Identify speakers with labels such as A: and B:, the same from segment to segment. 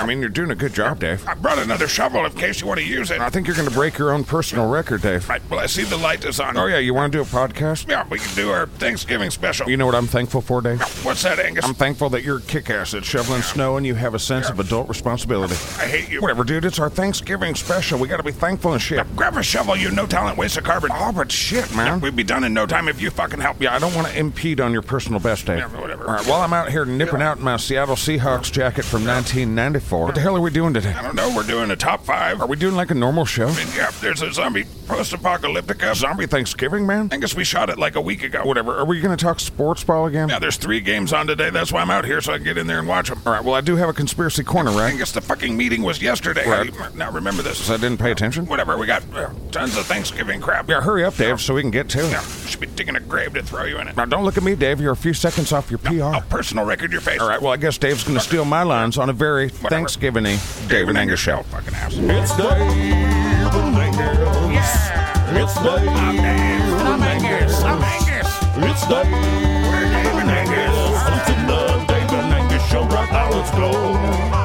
A: I mean, you're doing a good job, Dave.
B: I brought another shovel in case you want to use it.
A: I think you're going to break your own personal record, Dave.
B: Right, well, I see the light is on.
A: Oh, yeah, you want to do a podcast?
B: Yeah, we can do our Thanksgiving special.
A: You know what I'm thankful for, Dave?
B: What's that, Angus?
A: I'm thankful that you're kick ass at shoveling snow and you have a sense of adult responsibility.
B: I hate you.
A: Whatever, dude, it's our Thanksgiving special. We got to be thankful and shit.
B: Grab a shovel, you no talent waste of carbon.
A: Oh, but shit, man.
B: We'd be done in no time if you fucking help me.
A: Yeah, I don't want to impede on your personal best, Dave.
B: Yeah, whatever.
A: All right, while I'm out here nipping out in my Seattle Seahawks jacket from 1994, what the hell are we doing today?
B: I don't know, we're doing a top five.
A: Are we doing like a normal show?
B: I mean, yeah, there's a zombie post apocalyptica.
A: Zombie Thanksgiving, man?
B: Angus, we shot it like a week ago.
A: Whatever. Are we going to talk sports ball again?
B: Yeah, there's three games on today. That's why I'm out here so I can get in there and watch them.
A: All right, well, I do have a conspiracy corner, right?
B: Angus, the fucking meeting was yesterday.
A: Right.
B: How do you- Now remember this.
A: So I didn't pay attention?
B: Whatever, we got uh, tons of Thanksgiving crap.
A: Yeah, hurry up, Dave, so we can get to
B: Yeah,
A: it.
B: should be digging a grave to throw you in it.
A: Now, don't look at me, Dave. You're a few seconds off your
B: A
A: PR.
B: personal record, your face.
A: All right, well, I guess Dave's going to steal my lines on a very
B: Whatever.
A: Thanksgiving
B: David Angus show. Fucking ass.
C: It's Dave and Angus. It's Dave and Angus. It's Dave and Angus. It's the Dave and Angus show right now. Let's go.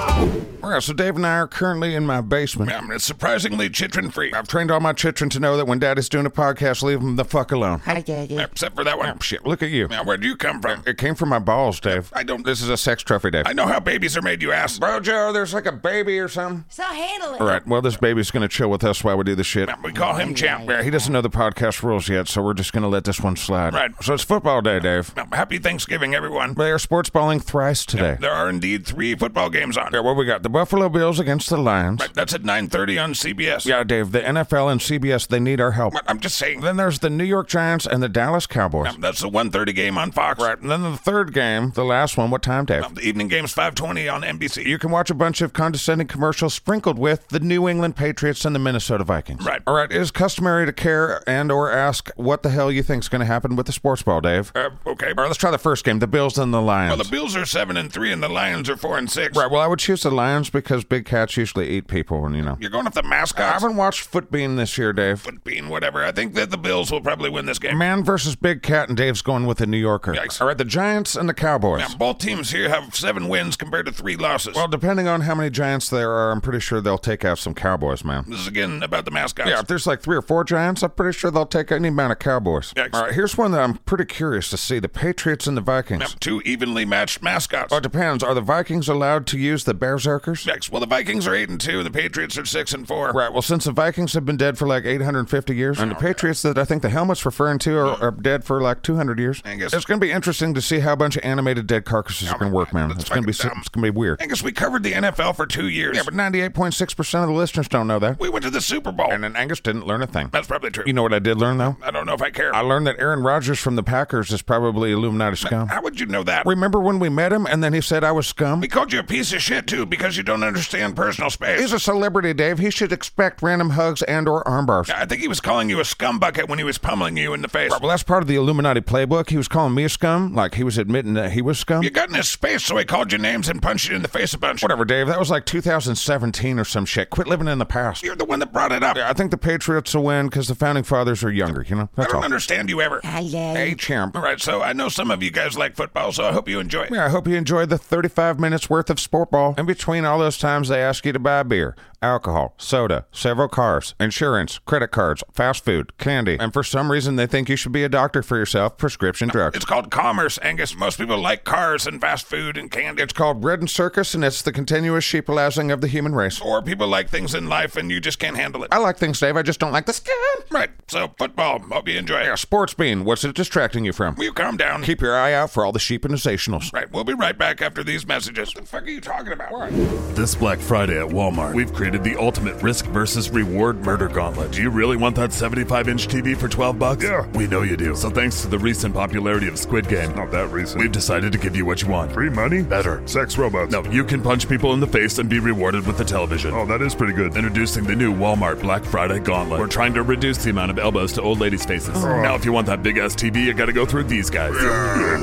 A: All right, so Dave and I are currently in my basement.
B: Um, it's surprisingly chitrin free,
A: I've trained all my children to know that when daddy's doing a podcast, leave him the fuck alone.
D: Hi, Daddy.
B: except for that one.
A: Shit, look at you.
B: Now, where'd you come from?
A: It came from my balls, Dave.
B: I don't.
A: This is a sex trophy, Dave.
B: I know how babies are made, you ass.
A: Bro, Joe, there's like a baby or something.
D: So handle it.
A: All right, well, this baby's going to chill with us while we do the shit.
B: We call him Champ.
A: He doesn't know the podcast rules yet, so we're just going to let this one slide.
B: Right.
A: So it's football day, Dave.
B: Um, Happy Thanksgiving, everyone.
A: They are sports balling thrice today.
B: There are indeed three football games on.
A: Yeah, well, we got the Buffalo Bills against the Lions.
B: Right, That's at 9.30 on CBS.
A: Yeah, Dave, the NFL and CBS, they need our help.
B: But I'm just saying.
A: Then there's the New York Giants and the Dallas Cowboys.
B: um, That's the 1.30 game on Fox. Right.
A: And then the third game, the last one, what time, Dave?
B: The evening game's 5.20 on NBC.
A: You can watch a bunch of condescending commercials sprinkled with the New England Patriots and the Minnesota Vikings.
B: Right.
A: All right, it is customary to care and or ask what the hell you think's going to happen with the sports ball, Dave.
B: Uh, okay.
A: All right, let's try the first game, the Bills and the Lions.
B: Well, the Bills are 7 and 3 and the Lions are 4 and 6.
A: right, well, I would choose the Lions because big cats usually eat people, and you know.
B: You're going with the
A: I
B: mascots?
A: haven't watched Footbean this year, Dave.
B: But being whatever, I think that the Bills will probably win this game.
A: Man versus Big Cat, and Dave's going with the New Yorker.
B: Yikes.
A: All right, the Giants and the Cowboys.
B: Now, both teams here have seven wins compared to three losses.
A: Well, depending on how many Giants there are, I'm pretty sure they'll take out some Cowboys, man.
B: this is again about the mascots.
A: Yeah, if there's like three or four Giants, I'm pretty sure they'll take any amount of Cowboys.
B: Yikes.
A: All right, here's one that I'm pretty curious to see: the Patriots and the Vikings.
B: Now, two evenly matched mascots.
A: Oh, it depends. Are the Vikings allowed to use the Berserkers?
B: Next, well, the Vikings are eight and two, the Patriots are six and four.
A: Right. Well, since the Vikings have been dead for like 850 years, and the Patriots that I think the helmet's referring to are, are dead for like 200 years,
B: Angus.
A: it's going to be interesting to see how a bunch of animated dead carcasses are going to work, man.
B: That's
A: It's going to be si-
B: fucking dumb.
A: it's going to be weird.
B: I guess we covered the NFL for two years.
A: Yeah, but 98.6% of the listeners don't know that,
B: we went to the Super Bowl.
A: and then Angus didn't learn a thing.
B: That's probably true.
A: You know what I did learn though?
B: I don't know if I care.
A: I learned that Aaron Rodgers from the Packers is probably Illuminati scum.
B: How would you know that?
A: Remember when we met him and then he said I was scum?
B: we called you a piece of shit too because you don't understand personal space.
A: He's a celebrity, Dave. He should expect random hugs and or armbars.
B: I think he was calling you a scumbucket when he was pummeling you in the face.
A: Well, that's part of the Illuminati playbook. He was calling me a scum, like he was admitting that he was scum.
B: You got in his space, so he called you names and punched you in the face a bunch.
A: Whatever, Dave. That was like 2017 or some shit. Quit living in the past.
B: You're the one that brought it up.
A: I think the Patriots will win because the founding fathers are younger. You know,
B: I
A: that's
B: don't
A: all.
B: understand you ever.
D: Hi, Daddy.
A: Hey, champ.
B: All right, so I know some of you guys like football, so I hope you enjoy it.
A: Yeah, I hope you enjoyed the 35 minutes worth of sport ball. In between all those times, they ask you to buy beer, alcohol, soda, several cars, insurance, credit cards, fast food, candy, and for some reason they think you should be a doctor for yourself, prescription drugs.
B: It's called commerce, Angus. Most people like cars and fast food and candy.
A: It's called bread and circus, and it's the continuous sheepalizing of the human race.
B: Or people like things in life and you just can't handle it.
A: I like things, Dave. I just don't like the skin.
B: Right, so football. Hope you enjoy it.
A: Sports bean, what's it distracting you from?
B: Will you calm down?
A: Keep your eye out for all the sheepinizationals.
B: Right, we'll be right back after these messages. What the fuck are you talking about?
C: This Black Friday at Walmart, we've created the ultimate risk versus reward murder gauntlet. Do you really want that 75 inch TV for 12 bucks? Yeah. We know you do. So thanks to the recent popularity of Squid Game,
E: Not that recent.
C: we've decided to give you what you want.
E: Free money?
C: Better.
E: Sex robots.
C: No, you can punch people in the face and be rewarded with the television.
E: Oh, that is pretty good.
C: Introducing the new Walmart Black Friday Gauntlet. We're trying to reduce the amount of elbows to old ladies' faces.
E: Oh.
C: Now, if you want that big ass TV, you gotta go through these guys.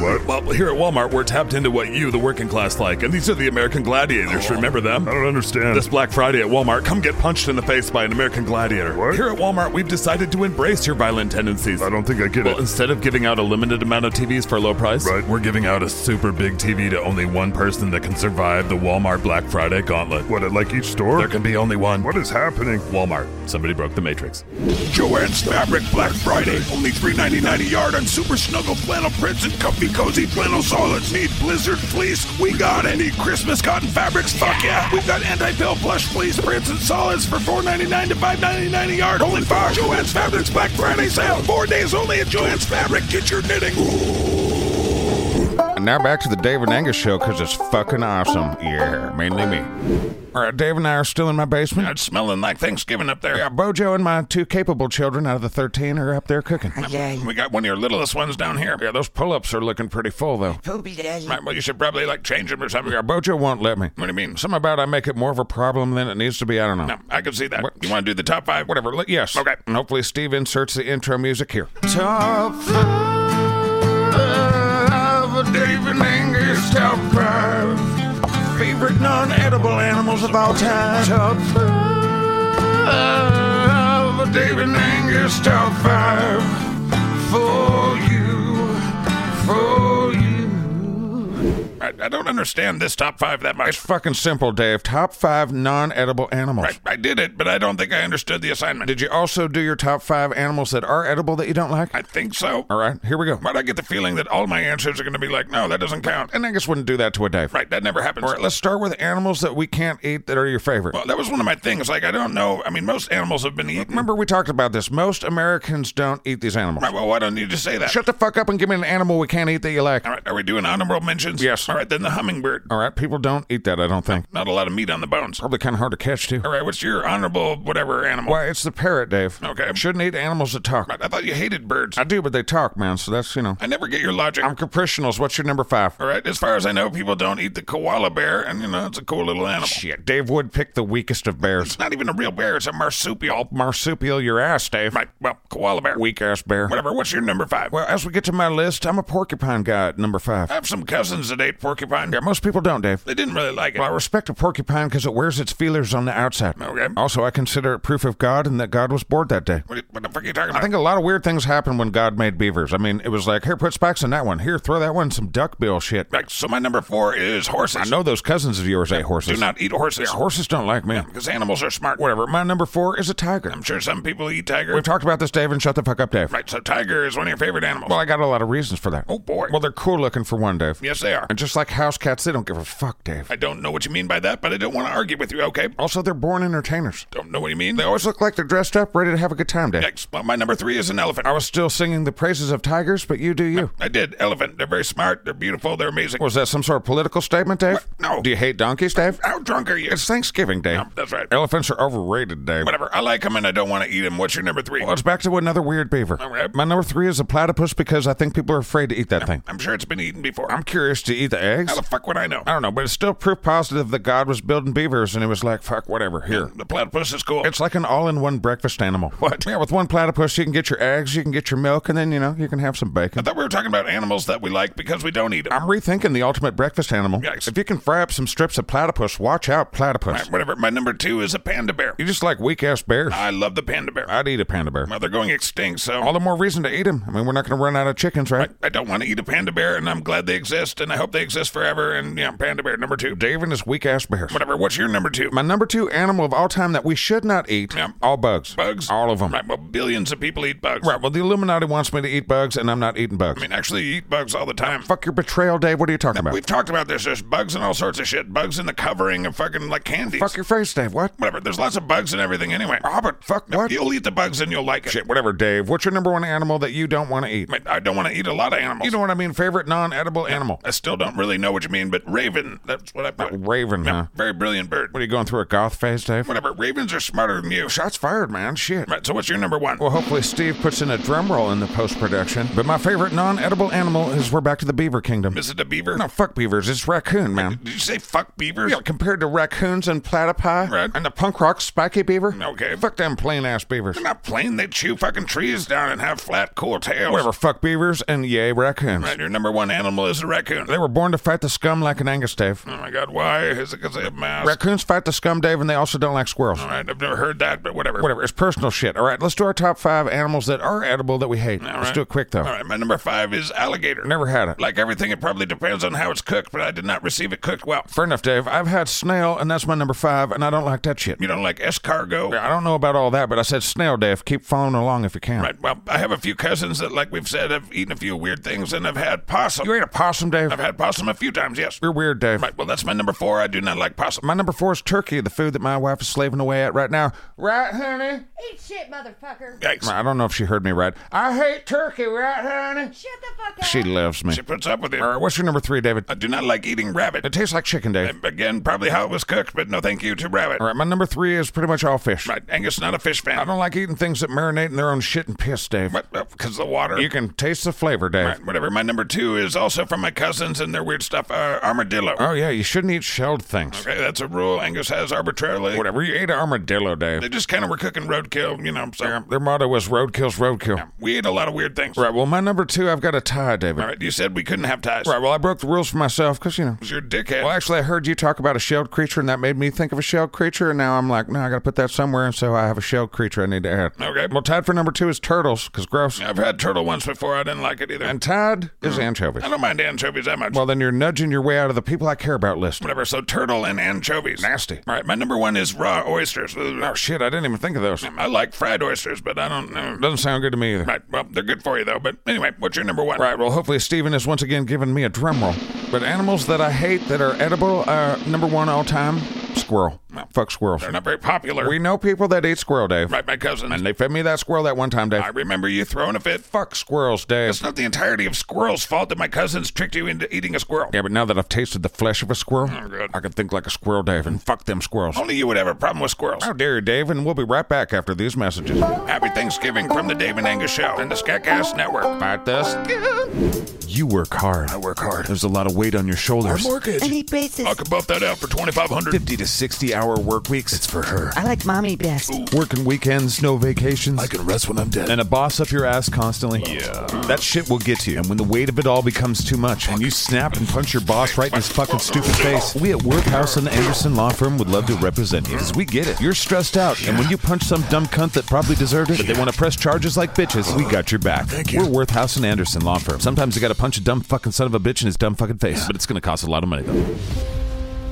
E: what?
C: Well, here at Walmart, we're tapped into what you, the working class, like, and these are the American Gladiators. Remember them?
E: Oh, I don't understand.
C: This Black Friday at
D: Walmart, come get punched in the face by an American gladiator.
C: What?
D: Here at Walmart, we've decided to embrace your violent tendencies.
C: I don't think I get
D: Well,
C: it.
D: instead of giving out a limited amount of TVs for a low price,
C: Right.
D: we're giving out a super big TV to only one person that can survive the Walmart Black Friday gauntlet.
C: What, at like each store?
D: There can be only one.
C: What is happening?
D: Walmart. Somebody broke the matrix.
B: Joanne's Fabric Black Friday. Only $3.99 a yard on super snuggle flannel prints and comfy cozy flannel solids. Need blizzard fleece? We got it. Need Christmas cotton fabrics? Fuck yeah. We've got anti-pill plush fleece prints and solids for $4.99 to $5.99 a yard. Only fuck. Joanne's Fabric's Black Friday sale. Four days only at Joanne's Fabric. Get your knitting.
A: And now back to the David and Angus show because it's fucking awesome. Yeah, mainly me. All right, Dave and I are still in my basement.
B: It's smelling like Thanksgiving up there.
A: Yeah, Bojo and my two capable children out of the 13 are up there cooking.
E: Yay.
B: We got one of your littlest ones down here.
A: Yeah, those pull ups are looking pretty full, though.
E: Poopy daddy.
B: Might- Well, you should probably like change them or something.
A: Yeah, Bojo won't let me.
B: What do you mean?
A: Something about I make it more of a problem than it needs to be. I don't know.
B: No, I can see that. You want to do the top five?
A: Whatever. li- Yes.
B: Okay.
A: And hopefully Steve inserts the intro music here. Top five of David Angus. Top five favorite non-edible animals of all time. Top five of David Angus. Top five for you. For you.
B: I, I don't understand this top five that
A: It's
B: much.
A: fucking simple, Dave. Top five non-edible animals.
B: I, I did it, but I don't think I understood the assignment.
A: Did you also do your top five animals that are edible that you don't like?
B: I think so.
A: All right, here we go.
B: But I get the feeling that all my answers are going to be like, no, that doesn't count. And
A: And Angus wouldn't do that to a Dave.
B: right, that never happens.
A: All right, let's start with animals that we can't eat that are your favorite.
B: well, that was one of my things. Like, I don't know. I mean, most animals have been eaten.
A: Remember, we talked about this. Most Americans don't eat these animals.
B: Right, well, why don't you just say that?
A: Shut the fuck up and give me an animal we can't eat that you like.
B: All right, are we doing honorable mentions?
A: Yes.
B: All right, then the hummingbird.
A: All right, people don't eat that, I don't think.
B: Not a lot of meat on the bones.
A: Probably kind of hard to catch, too.
B: All right, what's your honorable whatever animal?
A: Why, it's the parrot, Dave.
B: Okay.
A: Shouldn't eat animals that talk.
B: Right, I thought you hated birds.
A: I
B: I,
A: do, but they talk, man, so that's, you know.
B: never get your logic.
A: I'm capricious. What's your number five?
B: all right, as far as I know, people don't eat the koala bear, and you know, it's a cool little animal.
A: Shit, Dave would pick the weakest of bears.
B: It's not even a real bear, it's a marsupial.
A: Marsupial your ass, Dave.
B: Right, well, koala bear.
A: Weak ass bear.
B: Whatever, what's your number five?
A: Well, as we get to my list, I'm a porcupine guy at number five.
B: I have some cousins that ate porcupine.
A: Yeah, most people don't, Dave.
B: They didn't really like it.
A: Well, I respect a porcupine because it wears its feelers on the outside.
B: Okay.
A: Also, I consider it proof of God and that God was bored that day.
B: What, what the fuck are you talking
A: I
B: about?
A: think a lot of weird things happened when God made beavers. I mean, it was like, here, put spikes on that one. Here, throw that one some duckbill shit.
B: Right, so my number four is horses.
A: I know those cousins of yours ate
B: Do
A: horses.
B: not eat horses.
A: Horses don't like me.
B: Because animals are smart.
A: Whatever. My number four is a tiger.
B: I'm sure some people eat tiger.
A: We've talked about this, Dave, and shut the fuck up, Dave.
B: right, so tiger is one of your favorite animals.
A: Well, I got a lot of reasons for that.
B: oh boy.
A: Well, they're cool looking for one, Dave.
B: yes, they are.
A: And just like house cats, they don't give a fuck, Dave.
B: I don't know what you mean by that, but I don't want to argue with you, okay?
A: Also, they're born entertainers.
B: Don't know what you mean.
A: They always look like they're dressed up, ready to have a good time, Dave.
B: Yikes. Well, my number three is an elephant.
A: I was still singing the praises of tigers, but you do you.
B: I did. Elephant. They're very smart. They're beautiful. They're amazing.
A: Was that some sort of political statement, Dave?
B: No.
A: Do you hate donkeys, Dave?
B: How drunk are you?
A: It's Thanksgiving, Dave.
B: No, that's right.
A: Elephants are overrated, Dave.
B: Whatever. I like them and I don't want to eat them. What's your number three?
A: Well, it's back to another weird beaver.
B: All right.
A: My number three is a platypus because I think people are afraid to eat that thing.
B: I'm sure it's been eaten before.
A: I'm curious to eat the eggs.
B: How the fuck would I know?
A: I don't know, but it's still proof positive that God was building beavers and it was like, fuck, whatever, here.
B: The platypus is cool.
A: It's like an all in one breakfast animal. What? Yeah, with one platypus, you can get your eggs, you can get your milk, and then, you know, you can have some bacon.
B: I thought we were talking about animals that we like because we don't eat them.
A: I'm rethinking the ultimate breakfast animal.
B: Yikes.
A: If you can fry up some strips of platypus, watch out, platypus.
B: Whatever. My number two is a panda bear.
A: You just like weak ass bears.
B: I love the panda bear.
A: I'd eat a panda bear.
B: Well, they're going extinct, so
A: All the more reason to eat him. I mean, we're not going to run out of chickens, right?
B: I don't want to eat a panda bear, and I'm glad they exist, and I hope they exist forever. And yeah, panda bear number two.
A: Dave and his weak ass bears.
B: Whatever. What's your number two?
A: My number two animal of all time that we should not eat
B: Yeah.
A: all bugs.
B: Bugs?
A: All of them.
B: Right, well, billions of people eat bugs.
A: Right, Well, the Illuminati wants me to eat bugs, and I'm not eating bugs.
B: I mean, actually, you eat bugs all the time.
A: Fuck your betrayal, Dave. What are you talking about?
B: We've talked about this. There's bugs and all sorts of shit. Bugs in the covering of fucking like candies.
A: Fuck your face, Dave. What?
B: Whatever. There's lots of bugs and everything anyway.
A: Robert, fuck what?
B: You'll eat the bugs and you'll like it.
A: Shit, whatever, Dave. What's your number one animal that you don't want to eat?
B: I mean, I don't want to eat a lot of animals.
A: You know what I mean? Favorite non edible animal?
B: I still don't really know what you mean, but raven. That's what I put.
A: Raven, huh?
B: Very brilliant bird.
A: What are you going through a goth phase, Dave?
B: Whatever. Ravens are smarter than you.
A: Shots fired, man. Shit.
B: Right. So what's your number one?
A: Well, hopefully Steve puts in a drum roll in the post production. But my favorite non edible animal is we're back to the beaver kingdom.
B: Is it a beaver?
A: No, fuck beavers. It's raccoon, man.
B: Did you say fuck beavers?
A: Yeah, compared to raccoons and platypi
B: Right.
A: and the punk rock spiky beaver.
B: Okay.
A: Fuck them plain ass beavers.
B: They're not plain. They chew fucking trees down and have flat, cool tails.
A: Whatever, fuck beavers and yay raccoons.
B: Right. Your number one animal is a raccoon.
A: They were born to fight the scum like an Angus, Dave.
B: Oh my god, why? Is it because they have masks?
A: Raccoons fight the scum, Dave, and they also don't like squirrels.
B: All right, I've never heard that, but whatever.
A: Whatever, it's personal shit. All right, let's do our top five animals that are edible that we hate. Let's
B: right.
A: do it quick, though.
B: All right, my number five is alligator.
A: Never had it.
B: Like everything, it probably depends on how it's cooked, but I did not receive it cooked well.
A: Fair enough, Dave. I've had snail, and that's my number five, and I don't like that shit.
B: You don't like escargot?
A: I don't know about all that, but I said snail, Dave. Keep following along if you can.
B: Right, well, I have a few cousins that, like we've said, have eaten a few weird things and have had possum.
A: You ate a possum, Dave?
B: I've had possum a few times, yes.
A: You're weird, Dave.
B: Right, well, that's my number four. I do not like possum.
A: My number four is turkey, the food that my wife is slaving away at right now. Right, honey?
E: Eat shit, motherfucker.
B: Yikes.
A: I don't know if she heard me right. I hate turkey, right, honey?
E: Shut the fuck up.
A: She loves me.
B: She puts up with it.
A: All right, what's your number three, David?
B: I do not like eating rabbit.
A: It tastes like chicken, Dave.
B: Again, probably how it was cooked, but no thank you to rabbit.
A: All right, my number three is pretty much all fish.
B: Right, Angus, not a fish fan.
A: I don't like eating things that marinate in their own shit and piss, Dave.
B: Because the water.
A: You can taste the flavor, Dave.
B: Right, whatever. My number two is also from my cousins and their weird stuff. Uh, armadillo.
A: Oh, yeah, you shouldn't eat shelled things.
B: Okay, that's a rule Angus has arbitrarily.
A: Whatever, you ate an armadillo, Dave.
B: They just kind of were cooking roadkill, you know. So
A: Their motto was roadkill's roadkill.
B: we ate a lot of weird things.
A: Right, well, my number two, I've got a tie, David.
B: All right, you said we couldn't have ties.
A: Right, well, I broke the rules for myself because, you know.
B: You're a dickhead.
A: Well, actually, I heard you talk about a shelled creature, and that made me think of a shelled creature, and now I'm like, no, I got to put that somewhere, and so I have a shelled creature I need to add.
B: Okay.
A: Well, tied for number two is turtles, because gross.
B: I've had turtle once before. I didn't like it either.
A: And tied is anchovies.
B: I don't mind anchovies that much.
A: Well, then you're nudging your way out of the people I care about list.
B: whatever. So turtle and anchovies.
A: Nasty.
B: All right, my number one is raw oysters. Oh,
A: Shit, I didn't even think of those.
B: I like fried oysters, but I don't know.
A: Doesn't sound good to me either.
B: Right, well, they're good for you though. But anyway, what's your number one?
A: Right, well, hopefully Steven has once again given me a drum roll. But animals that I hate that are edible are number one all time squirrel. Fuck squirrels.
B: They're not very popular.
A: We know people that eat squirrel, Dave.
B: right, my cousins.
A: And they fed me that squirrel that one time, Dave.
B: I remember you throwing a fit.
A: Fuck squirrels, Dave.
B: It's not the entirety of squirrel's fault that my cousins tricked you into eating a squirrel.
A: Yeah, but now that I've tasted the flesh of a squirrel,
B: good.
A: I can think like a squirrel, Dave, and fuck them squirrels.
B: Only you would have a problem with squirrels.
A: How dare you, Dave, and we'll be right back after these messages.
B: Happy Thanksgiving from the Dave and Angus Show and the Skackass Network.
A: Fight this. You work hard. I work hard. There's a lot of weight on your shoulders.
F: I need braces.
B: I could buff that out for 2500
A: 50 to 60 hour work weeks. It's for her.
F: I like mommy best.
A: Working weekends, no vacations.
B: can rest when I'm dead.
A: and a boss up your ass constantly. Yeah. That shit will get to you. And when the weight of it all becomes too much and you snap and punch your boss right in his fucking stupid face, we at Workhouse and Anderson Law Firm would love to represent you. Because we get it. You're stressed out. And when you punch some dumb cunt that probably deserved it, but they want to press charges like bitches, we got your back. Thank you. We're Workhouse and Anderson Law Firm. Sometimes you got to punch a dumb fucking son of a bitch in his dumb fucking face. But it's going to cost a lot of money, though.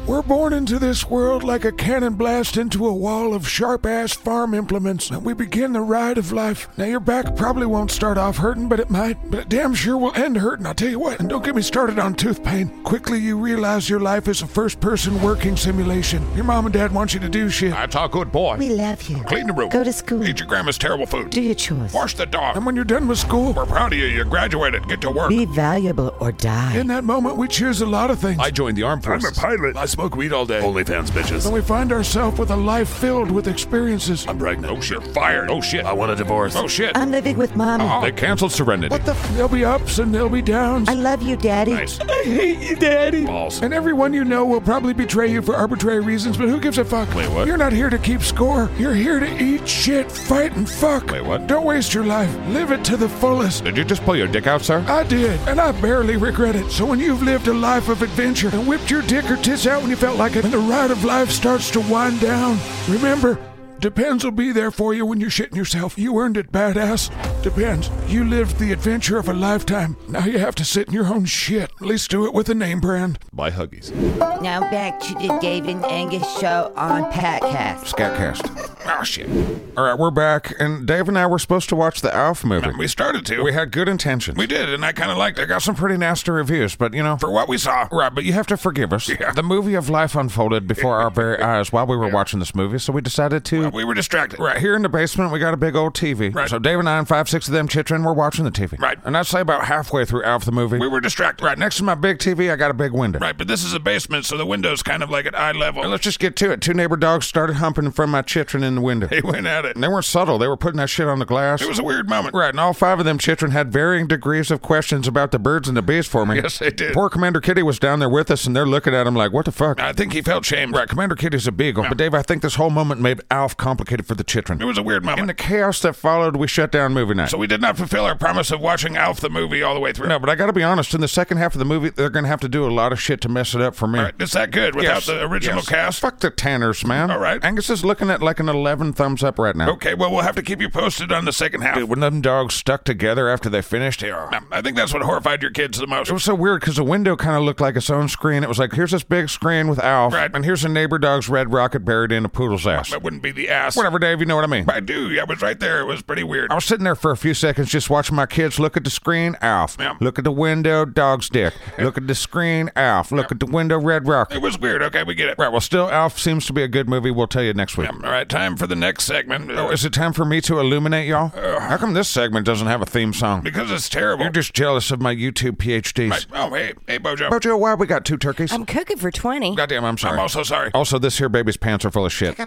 A: We're born into this world like a cannon blast into a wall of sharp ass farm implements, and we begin the ride of life. Now, your back probably won't start off hurting, but it might. But it damn sure will end hurting, I'll tell you what. And don't get me started on tooth pain. Quickly, you realize your life is a first person working simulation. Your mom and dad want you to do shit.
B: That's a good boy.
F: We love you.
B: Clean the room.
F: Go to school.
B: Eat your grandma's terrible food.
F: Do your chores.
B: Wash the dog.
A: And when you're done with school,
B: We're proud of you. You graduated. Get to work.
F: Be valuable or die.
A: in that moment, we choose a lot of things. I joined the armed forces.
D: pilot. I smoke weed all day. OnlyFans bitches.
A: and we find ourselves with a life filled with experiences.
D: I'm pregnant.
B: Oh shit. Fired. Oh shit.
D: I want a divorce.
B: Oh shit.
F: I'm living with mommy.
B: Oh.
D: They canceled Serenity.
A: What the f- There'll be ups and there'll be downs.
F: I love you, daddy.
B: Nice.
F: I hate you, daddy.
D: Balls.
A: And everyone you know will probably betray you for arbitrary reasons, but who gives a fuck? Wait, what? You're not here to keep score. You're here to eat shit, fight, and fuck. Wait,
D: what?
A: Don't waste your life. Live it to the fullest.
D: Did you just pull your dick out, sir?
A: I did, and I barely regret it. So when you've lived a life of adventure and whipped your dick or tits out when you felt like it, and the ride of life starts to wind down, remember, Depends will be there for you when you're shitting yourself. You earned it, badass. Depends. You lived the adventure of a lifetime. Now you have to sit in your own shit. At least do it with a name brand.
D: Buy Huggies.
F: Now back to the Dave and Angus show on Patcast.
A: Scatcast.
B: Oh shit.
A: All right, we're back, and Dave and I were supposed to watch the Alf movie.
B: We started to.
A: We had good intentions.
B: We did, and I kind of liked it. I got
A: Some pretty nasty reviews, but you know.
B: for what we saw.
A: Right, but you have to forgive us.
B: Yeah.
A: The movie of life unfolded before our very eyes while we were watching this movie, so we decided to.
B: We were distracted.
A: Right here in the basement, we got a big old TV.
B: Right.
A: So Dave and I and five, six of them chittering, we're watching the TV.
B: Right.
A: And I'd say about halfway through Alf the movie,
B: We were distracted.
A: right next to my big TV, I got a big window.
B: Right, but this is a basement, so the window's kind of like at eye level.
A: And let's just get to it. Two neighbor dogs started humping in front of my chittering in the window.
B: They went at it.
A: And they weren't subtle. They were putting that shit on the glass.
B: It was a weird moment.
A: Right, and all five of them children had varying degrees of questions about the birds and the bees for me.
B: Yes, they did.
A: Poor Commander Kitty was down there with us, and they're looking at him like, "What the fuck?"
B: I think he felt shamed.
A: right, Commander Kitty's a beagle, but Dave, I think this whole moment made Alf complicated for the children.
B: It was a weird
A: In
B: moment.
A: the chaos that followed, we shut down movie midnight.
B: So we did not fulfill our promise of watching Alf the movie all the way through.
A: no, but I gotta be honest. In the second half of the movie, they're gonna have to do a lot of shit to mess it up for me.
B: All right, is that good
A: Yes,
B: without the original
A: yes.
B: cast?
A: Fuck the Tanners, man.
B: All right.
A: Angus is looking at like an 11 thumbs up right now.
B: Okay, well, we'll have to keep you posted on the second half.
A: Dude, when them dogs stuck together after they finished, they are.
B: Um, I think that's what horrified your kids the most.
A: It was so weird because the window kind of looked like its own screen. It was like, here's this big screen with Alf,
B: Right.
A: and here's a neighbor dog's red rocket buried in a poodle's ass.
B: That wouldn't be the ass.
A: Whatever, Dave, you know what I mean.
B: I do. I was right there. It was pretty weird.
A: I was sitting there for a few seconds just watching my kids look at the screen, Alf.
B: Yeah.
A: Look at the window, dog's dick. Look at the screen, Alf. Look at the window, red rocket.
B: It was weird. Okay, we get it.
A: Right, well, still, Alf seems to be a good movie. We'll tell you next week.
B: Um, All right, time for the next segment.
A: Oh, is it time for me to illuminate y'all? How come this segment doesn't have a theme song?
B: because it's terrible.
A: You're just jealous of my YouTube PhDs.
B: oh, hey, hey, Bojo.
A: Bojo, why we got two turkeys?
E: I'm cooking for 20.
A: Goddamn, I'm sorry.
B: I'm also sorry.
A: Also, this here baby's pants are full of shit.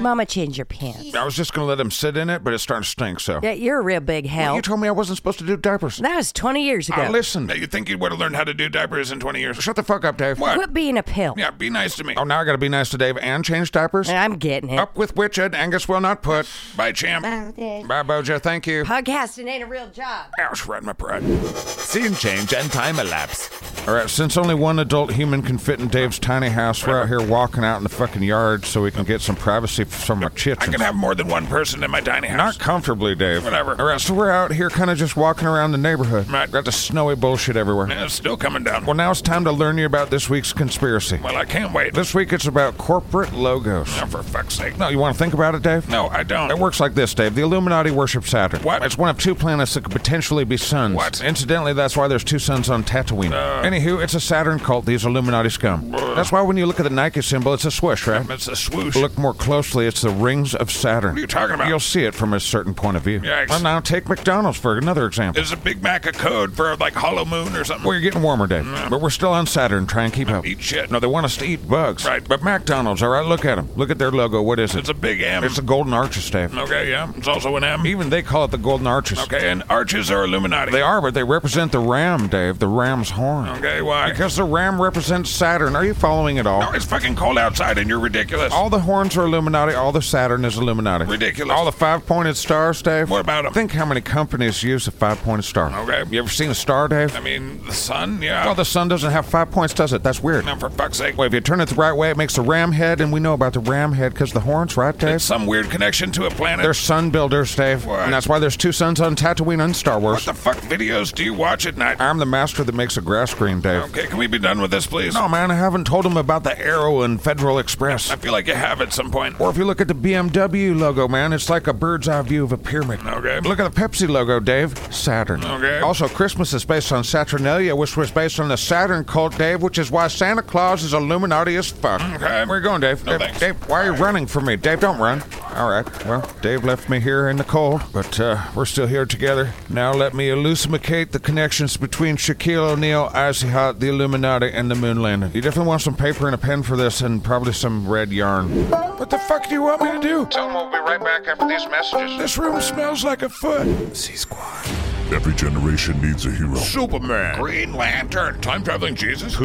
E: Mama, change your pants.
A: I was just gonna let him sit in it, but it's starting to stink. So
E: Yeah, you're a real big
A: you
E: help.
A: told me I wasn't supposed to do diapers.
E: That was 20 years ago.
A: I listened.
B: Now, you think you would have learned how to do diapers in 20 years?
A: Shut the fuck up, Dave.
B: What?
E: Quit being a pill.
B: Yeah, be nice to me.
A: Oh, now I gotta be nice to Dave and change diapers.
E: I'm getting it.
A: Up with which Ed Angus will not put.
B: Bye, champ.
A: Bye, Bojo. Thank you.
E: Podcasting ain't a real job.
B: Ouch, right in my pride.
C: Scene change and time elapse.
A: All right, Uh, since only one adult human can fit in Dave's tiny house, we're out here walking out in the fucking yard so we can get some privacy from our chits.
B: I can have more than one person in my tiny house.
A: Not comfortably, Dave.
B: Whatever.
A: All right, so we're out here kind of just walking around the neighborhood.
B: Right.
A: Got the snowy bullshit everywhere.
B: Yeah, it's still coming down.
A: Well, now it's time to learn you about this week's conspiracy.
B: Well, I can't wait.
A: This week it's about corporate logos.
B: Oh, for fuck's sake.
A: No, you want to think about it, Dave?
B: No, I don't.
A: It works like this, Dave. The Illuminati worship Saturn.
B: What?
A: It's one of two planets that could potentially be suns.
B: What? Uh.
A: Incidentally, that's why there's two suns on Tatooine. Anywho, it's a Saturn cult, these Illuminati scum. that's why when you look at the Nike symbol, it's a swoosh, right?
B: It's a swoosh.
A: Look more closely, it's the rings of Saturn.
B: What are you talking about?
A: You'll see it from a certain point of view.
B: Yikes.
A: Well, now take McDonald's for another example.
B: Is a Big Mac a code for, like, Hollow Moon or something?
A: We're getting warmer, Dave, but we're still on Saturn. Try and keep up.
B: Eat shit.
A: No, they want us to eat bugs.
B: Right.
A: But McDonald's, all right, look at them. Look at their logo. What is it?
B: It's a big M.
A: It's the Golden Arches, Dave.
B: okay, yeah. It's also an M.
A: Even they call it the Golden Arches.
B: Okay, and arches are Illuminati.
A: They are, but they represent the ram, Dave, the ram's horn.
B: Okay, why?
A: Because the ram represents Saturn. Are you following it all?
B: No, it's fucking cold outside and you're ridiculous.
A: All the horns are Illuminati, all the Saturn is Illuminati.
B: Ridiculous.
A: All the five pointed stars, Dave.
B: What about 'em?
A: Think how many companies use a five pointed star.
B: Okay.
A: You ever seen a star, Dave?
B: I mean, the sun, yeah.
A: Well, the sun doesn't have five points, does it? That's weird.
B: Now, for fuck's sake,
A: Well, if you turn it the right way, it makes a ram head, and we know about the ram head because the horns, right, Dave?
B: it's some weird connection to a planet.
A: They're sun builders, Dave.
B: What?
A: And that's why there's two suns on Tatooine and Star Wars.
B: what the fuck videos do you watch at night?
A: I'm the master that makes a grass green, Dave.
B: Okay, can we be done with this, please?
A: No, man, I haven't told him about the Arrow and Federal
B: I
A: Express.
B: feel like you have at some point.
A: Or if you look at the BMW logo, man, it's like a bird's eye view of a pyramid.
B: Okay.
A: Look at the Pepsi logo, Dave. Saturn.
B: Okay.
A: Also, Christmas is based on Saturnalia, which was based on the Saturn cult, Dave, which is why Santa Claus is Illuminati as fuck.
B: Okay.
A: Where you going, Dave?
B: No,
A: Dave,
B: thanks.
A: Dave, why are you running from me? Dave, don't run. All right. Well, Dave left me here in the cold, but uh, we're still here together. Now let me elucidate the connections between Shaquille O'Neal, Icy Hot, the Illuminati, and the moon landing. You definitely want some paper and a pen for this, and probably some red yarn. What the fuck do you want me to do? Tell them we'll be right back after these messages. This room smells like a foot.
C: C Squad. Every generation needs a hero,
B: Superman, Green Lantern, time traveling Jesus. Who?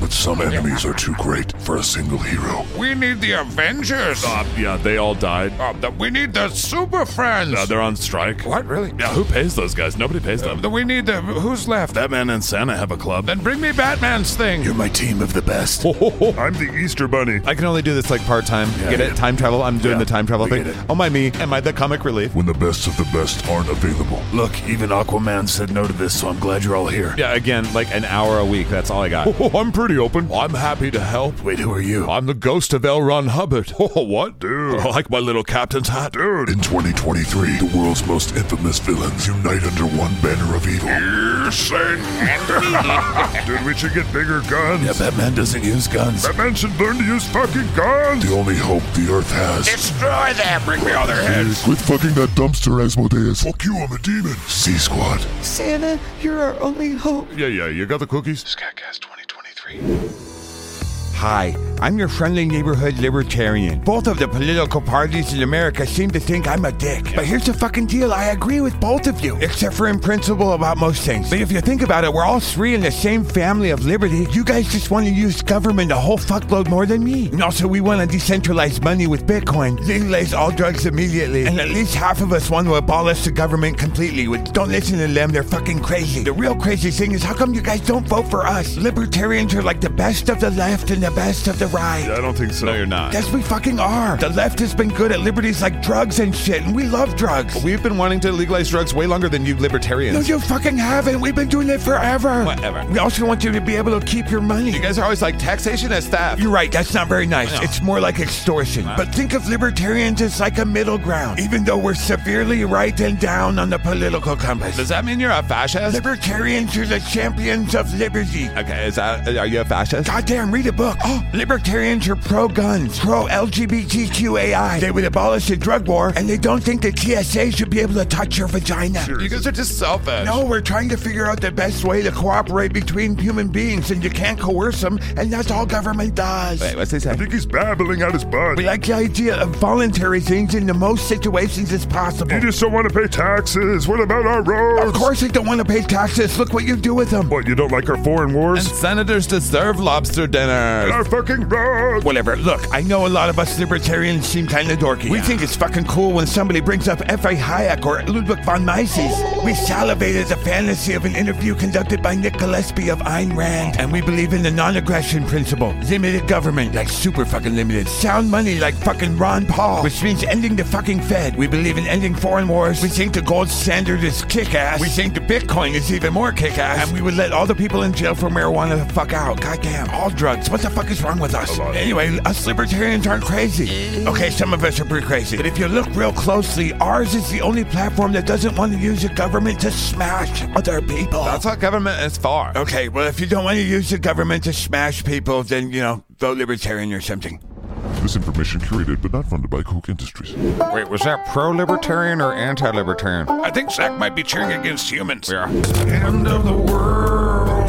C: but some enemies are too great for a single hero.
B: We need the Avengers. Uh,
D: Yeah, they all died.
B: uh, the- we need the Super Friends.
D: Uh, they're on strike.
A: What really?
D: Yeah, who pays those guys? Nobody pays them.
B: The- we need the who's left?
D: Batman and Santa have a club.
B: Then bring me Batman's thing.
C: You're my team of the best.
D: I'm the Easter Bunny.
G: I can only do this like part time. get it? Time travel. I'm doing
C: Yeah,
G: the time travel
C: we
G: thing.
C: get it.
G: Oh my me, am I the comic relief?
C: When the best of the best aren't available. Look, even Aquaman said no to this, so I'm glad you're all here.
G: Yeah, again, like an hour a week. That's all I got.
D: Oh, I'm pretty open. I'm happy to help.
C: Wait, who are you?
D: I'm the ghost of L. Ron Hubbard. Oh, what? Dude. I like my little captain's hat. Dude.
C: In 2023, the world's most infamous villains unite under one banner of evil.
B: You're saying-
D: Dude, we should get bigger guns.
C: Yeah, Batman doesn't use guns.
D: Batman should learn to use fucking guns.
C: The only hope the Earth has.
B: Destroy them. Bring me all their heads.
C: Quit fucking that dumpster, Asmodeus. Fuck you, I'm a demon. C Squad.
H: Santa, you're our only hope.
D: Yeah, yeah, you got the cookies?
G: Hi,
A: I'm your friendly neighborhood libertarian. Both of the political parties in America seem to think I'm a dick. But here's the fucking deal I agree with both of you, except for in principle about most things. But if you think about it, we're all three in the same family of liberty. You guys just want to use government a whole fuckload more than me. And also, we want to decentralize money with Bitcoin, legalize all drugs immediately, and at least half of us want to abolish the government completely. Which don't listen to them, they're fucking crazy. The real crazy thing is how come you guys don't vote for us? Libertarians are like the best of the left and the best of the right.
D: I don't think so.
G: No, you're not.
A: Yes, we fucking are. The left has been good at liberties like drugs and shit, and we love drugs.
G: We've been wanting to legalize drugs way longer than you libertarians.
A: No, you fucking haven't. We've been doing it forever.
G: Whatever.
A: We also want you to be able to keep your money.
G: you guys are always like taxation as theft.
A: You're right, that's not very nice.
G: No.
A: It's more like extortion. But think of libertarians as like a middle ground, even though we're severely right and down on the political compass.
G: Does that mean you're a fascist?
A: Libertarians are the champions of liberty.
G: okay, is that are you a fascist?
A: Goddamn, read a book. Oh, libertarians are pro guns, pro LGBTQAI. They would abolish the drug war, and they don't think the TSA should be able to touch your vagina.
G: You guys are just selfish.
A: No, we're trying to figure out the best way to cooperate between human beings, and you can't coerce them, and that's all government does.
G: Wait, what's he saying?
D: I think he's babbling out his butt.
A: We like the idea of voluntary things in the most situations as possible.
D: You just don't want to pay taxes. What about our roads?
A: Of course, they don't want to pay taxes. Look what you do with them.
D: What, you don't like our foreign
G: And
D: wars?
G: senators deserve lobster dinners.
D: our fucking roads!
A: Whatever. Look, I know a lot of us libertarians seem kind of dorky. We think it's fucking cool when somebody brings up F.A. Hayek or Ludwig von Mises. We salivate at the fantasy of an interview conducted by Nick Gillespie of Ayn Rand. And we believe in the non aggression principle, limited government, like super fucking limited, sound money, like fucking Ron Paul, which means ending the fucking Fed. We believe in ending foreign wars. We think the gold standard is kick ass. We think the Bitcoin is even more kick ass. And we would let all the people in jail for marijuana the fuck out. Goddamn. All drugs. What the fuck is wrong with us? Anyway, us libertarians aren't crazy. Okay, some of us are pretty crazy. But if you look real closely, ours is the only platform that doesn't want to use the government to smash other people.
G: That's what government is for.
A: okay, well, if you don't want to use the government to smash people, then, you know, vote libertarian or something.
C: This information curated but not funded by Koch Industries.
A: Wait, was that pro libertarian or anti libertarian?
B: I think Zach might be cheering against humans.
A: Yeah.
B: End of the world.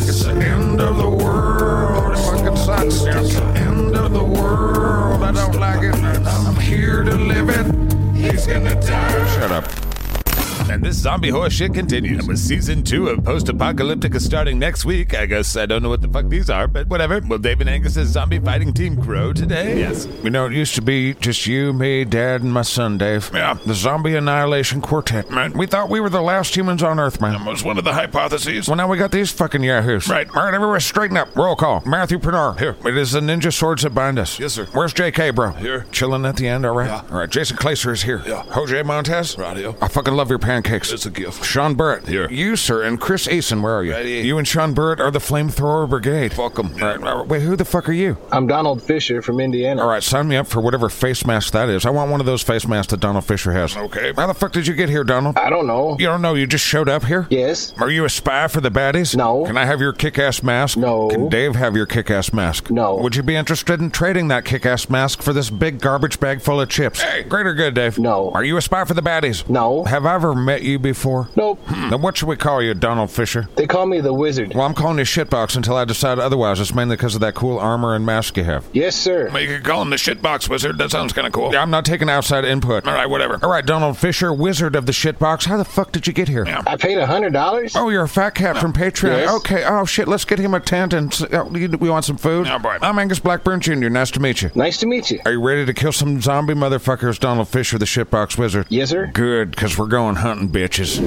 B: It's the end of the world. It fucking sucks. It's the end of the world. I don't like it. I'm here to live it. He's gonna die.
A: Shut up.
G: And this zombie horse shit continues. And with season two of Post Apocalyptica starting next week, I guess I don't know what the fuck these are, but whatever. Will Dave and Angus's zombie fighting team grow today? Yes.
A: You know, it used to be just you, me, Dad, and my son, Dave.
B: Yeah.
A: The Zombie Annihilation Quartet, man. We thought we were the last humans on Earth, man.
B: Was one of the hypotheses.
A: Well, now we got these fucking yahoos.
B: Right.
A: All right, everyone, straighten up. Roll call. Matthew Pernar. Here. It is the ninja swords that bind us.
B: Yes, sir.
A: Where's JK, bro?
B: Here.
A: Chilling at the end, all right?
B: Yeah.
A: All right, Jason Claser is here.
B: Yeah.
A: Jose Montez.
B: Radio. Oh,
A: I fucking love your pancakes.
B: It's a gift.
A: Sean Burrett.
B: Here.
A: You, sir, and Chris Eason, where are you?
B: Right here.
A: You and Sean Burrett are the Flamethrower Brigade.
B: Fuck 'em.
A: All right, all right, wait, who the fuck are you?
H: I'm Donald Fisher from Indiana.
A: All right, sign me up for whatever face mask that is. I want one of those face masks that Donald Fisher has.
B: Okay.
A: How the fuck did you get here, Donald?
H: I don't know.
A: You don't know. You just showed up here?
H: Yes.
A: Are you a spy for the baddies?
H: No.
A: Can I have your kick ass mask?
H: No.
A: Can Dave have your kick ass mask?
H: No.
A: Would you be interested in trading that kick ass mask for this big garbage bag full of chips? Hey, greater good, Dave.
H: No.
A: Are you a spy for the baddies?
H: No.
A: Have I ever met you before? Hmm.
H: Nope.
A: Then what should we call you, Donald Fisher?
H: They call me the Wizard.
A: Well, I'm calling you Shitbox until I decide otherwise. It's mainly because of that cool armor and mask you have.
H: Yes, sir.
B: Well, you could call him the shitbox wizard. That sounds kind of cool.
A: Yeah, I'm not taking outside input.
B: All right, whatever.
A: All right, Donald Fisher, wizard of the shitbox. How the fuck did you get here?
B: Yeah.
H: I paid a hundred dollars.
A: Oh, you're a fat cat from Patreon.
H: Yes.
A: Okay. Oh shit. Let's get him a tent and s- oh, you- we want some food.
B: Oh, boy.
A: I'm Angus Blackburn Jr. Nice to meet you.
H: Nice to meet you.
A: Are you ready to kill some zombie motherfuckers, Donald Fisher, the shitbox wizard?
H: Yes, sir.
A: Good, because we're going hunting, bitches.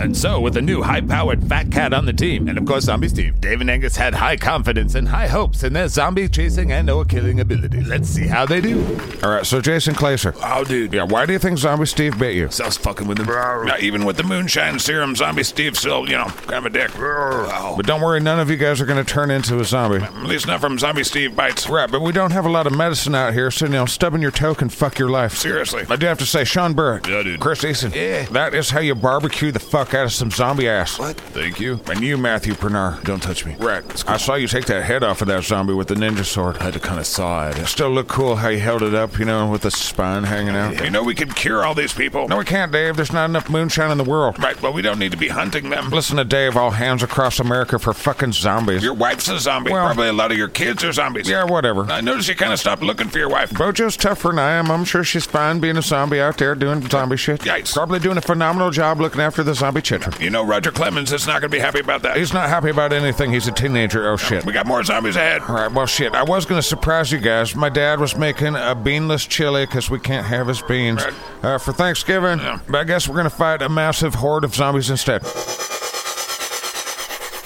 G: And so, with a new high powered fat cat on the team, and of course, Zombie Steve, Dave and Angus had high confidence and high hopes in their zombie chasing and or killing ability. Let's see how they do.
A: All right. So Jason Claser.
B: Oh, dude.
A: Yeah. Why do you think Zombie Steve bit you?
G: So I was fucking with him.
B: Now, even with the moonshine serum, Zombie Steve still, you know, kind of a dick. Wow.
A: But don't worry, none of you guys are going to turn into a zombie.
B: At least not from Zombie Steve Bites.
A: Right, but we don't have a lot of medicine out here, so you know, stubbing your toe can fuck your life.
B: Seriously.
A: I do have to say, Sean Burke,
D: Yeah, dude.
A: Chris Eason, yeah. that is how you barbecue the fuck out of some zombie ass.
B: What?
A: Thank you. And you, Matthew Pernard.
G: Don't touch me.
A: Rex, I saw you take that head off of that zombie with the ninja sword.
G: I had to kind of saw it.
A: Still look cool how you held it up, you know, with the spine hanging out.
B: You know we can cure all these people.
A: No, we can't, Dave. There's not enough moonshine in the world.
B: Right, but we don't need to be hunting them.
A: Listen to Dave, all hands across America for fucking zombies.
B: Your wife's a zombie.
A: Well-
B: Probably a lot of your kids are zombies.
A: yeah, whatever.
G: Uh,
B: I noticed you kind of stopped looking for your wife.
A: Bojo's tougher than I am. I'm sure she's fine being a zombie out there doing zombie shit.
B: Yikes.
A: Probably doing a phenomenal job looking after the zombie children.
B: You know Roger Clemens is not going to be happy about that.
A: He's not happy about anything. He's a teenager. Oh, shit.
B: We got more zombies ahead.
A: All right, well, shit. I was going to surprise you guys. My dad was making a beanless chili because we can't have his beans
B: Right.
A: uh, for Thanksgiving.
B: Yeah.
A: But I guess we're going to fight a massive horde of zombies instead.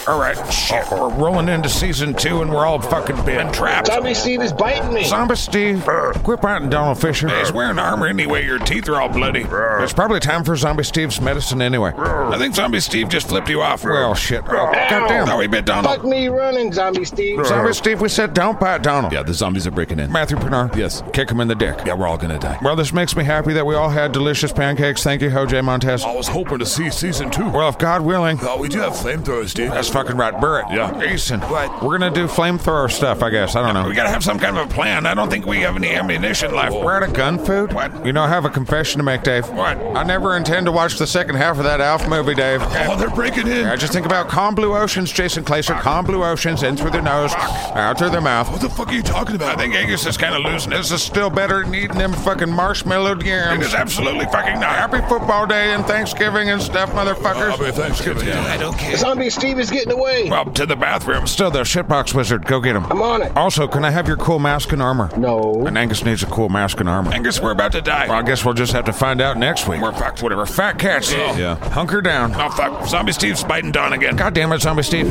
B: All right, shit.
A: We're rolling into season two and we're all fucking bent.
B: Been trapped.
H: Zombie Steve is biting me.
A: Zombie Steve, quit biting Donald Fisher.
B: He's wearing armor anyway. Your teeth are all bloody.
A: It's probably time for Zombie Steve's medicine anyway.
B: I think Zombie Steve just flipped you off.
A: Well, shit. Oh, goddamn.
B: No, he bit
H: Fuck
B: Donald.
H: me running, Zombie Steve.
A: Zombie Steve, we said don't bite Donald.
G: Yeah, the zombies are breaking in.
A: Matthew Pernard.
G: Yes.
A: Kick him in the dick.
G: Yeah, we're all gonna die.
A: Well, this makes me happy that we all had delicious pancakes. Thank you, Jose Montez.
D: I was hoping to see season two.
A: Well, if God willing.
D: Oh, we do have flamethrowers, dude.
A: That's fucking right, Burritt.
D: Yeah.
A: Eason.
D: What?
A: We're gonna do flamethrower stuff, I guess. I don't
B: We
A: know.
B: gotta have some kind of a plan. I don't think we have any ammunition left.
A: We're out of gun food?
B: What?
A: You know, I have a confession to make, Dave.
B: What?
A: I never intend to watch the second half of that Alf movie, Dave.
B: Oh, they're breaking in.
A: I just think about calm blue oceans, Jason Claser. Calm blue oceans, in through their nose, out through their mouth.
B: What the fuck are you talking about? I think Angus is kind of losing
A: This is
B: his.
A: still better than eating them fucking marshmallowed
B: It is
A: yams.
B: absolutely fucking not
A: Happy
B: happy.
A: football day and Thanksgiving and stuff, motherfuckers.
D: Happy Thanksgiving.
B: I don't care.
H: Zombie Steve is getting away.
B: Well, to the bathroom.
A: Still though, shitbox wizard, go get him.
H: I'm on it.
A: Also, can I have your cool mask and armor?
H: No.
A: And Angus needs a cool mask and armor.
B: Angus, we're about to die.
A: Well, I guess we'll just have to find out next week.
B: We're fucked. Whatever.
A: Fat cats.
B: Yeah.
A: Hunker down.
B: Oh, fuck. Zombie Steve's biting Don again.
A: God damn it, zombie Steve.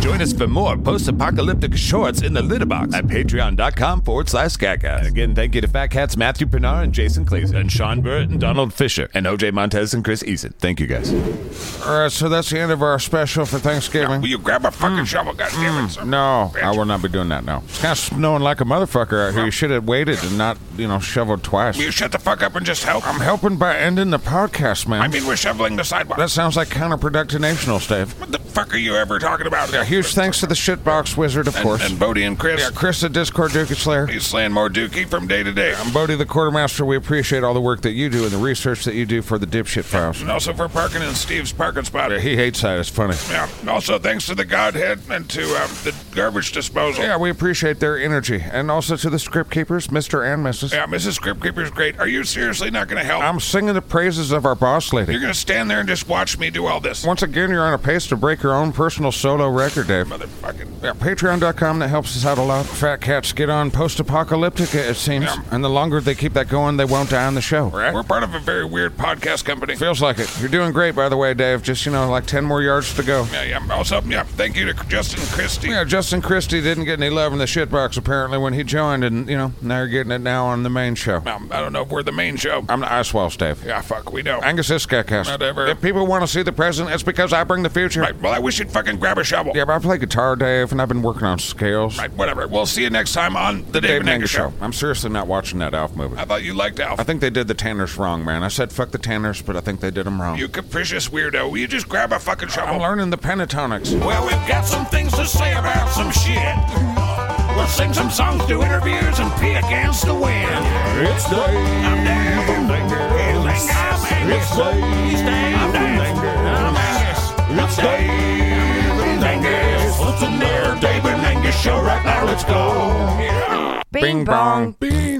G: Join us for more post-apocalyptic shorts in the litter box at patreon.com forward slash scatcast. Again, thank you to Fat Cats Matthew Pinar and Jason Clayson and Sean Burt and Donald Fisher and OJ Montez and Chris Eason. Thank you guys.
A: All right, so that's the end of our special for Thanksgiving.
B: Will you grab a fucking
G: Mm.
B: shovel? God damn it. son of a
A: No,
B: bitch.
A: I will not be doing that. No, it's kind of snowing like a motherfucker out here. You should have waited and not, you know, shoveled twice.
B: Will you shut the fuck up and just help?
A: I'm helping by ending the podcast, man.
B: I mean, we're shoveling the sidewalk.
A: that sounds like counterproductive nationals, Dave.
B: what the fuck are you ever talking about?
A: Yeah, huge thanks to the shitbox wizard, of
B: and,
A: course.
B: And Bodie and Chris.
A: yeah, Chris the Discord Dookie Slayer.
B: He's slaying more dookie from day to day.
A: And Bodie the Quartermaster, we appreciate all the work that you do and the research that you do for the dipshit files.
B: And also for parking in Steve's parking spot. Yeah.
A: He hates that. It's funny.
B: And Also, thanks to the Godhead and to um, the garbage disposal.
A: Yeah, we appreciate their energy. And also to the script keepers, Mr. and Mrs.
B: Yeah, Mrs. Crypt Keeper's great. Are you seriously not going to help?
A: I'm singing the praises of our boss lady.
B: You're going to stand there and just watch me do all this.
A: Once again, you're on a pace to break your own personal solo record, Dave.
B: Motherfucking.
A: Yeah, Patreon.com, that helps us out a lot. Fat cats get on post apocalyptica, it seems.
B: Yeah.
A: And the longer they keep that going, they won't die on the show.
B: Right? We're part of a very weird podcast company.
A: Feels like it. You're doing great, by the way, Dave. Just, you know, like 10 more yards to go.
B: Yeah, yeah. Also, yeah. Thank you to Justin Christie.
A: Yeah, Justin Christie didn't get any love in the shitbox, apparently, when he joined, and, you know, now you're getting it now on the main show.
B: Um, I don't know if we're the main show.
A: I'm the Ice Walls, Dave.
B: yeah, fuck, we know.
A: Angus Iskakast.
B: Whatever.
A: If people want to see the present, it's because I bring the future.
B: Right. Well, I wish you'd fucking grab a shovel.
A: Yeah, but I play guitar, Dave, and I've been working on scales.
B: Right. Whatever. We'll see you next time on the David
A: Dave
B: and Angus
A: Angus
B: show.
A: show. I'm seriously not watching that Alf movie.
B: I thought you liked Alf.
A: I think they did the Tanners wrong, man. I said fuck the Tanners, but I think they did them wrong.
B: you capricious weirdo. Will you just grab a fucking
A: I'm
B: shovel?
A: learning the pentatonics.
B: Uh, Well, we've got some things to say about some shit. We'll sing some songs, do interviews, and pee against the wind.
C: It's Dave
B: I'm down.
C: from Angus.
B: I'm Angus.
C: It's Dave
B: He's down.
C: from
B: I'm
C: Angus.
B: Angus.
C: It's Dave from Angus. Listen there, Dave and Angus show right now. Let's go.
E: Bing, bong.
A: Bing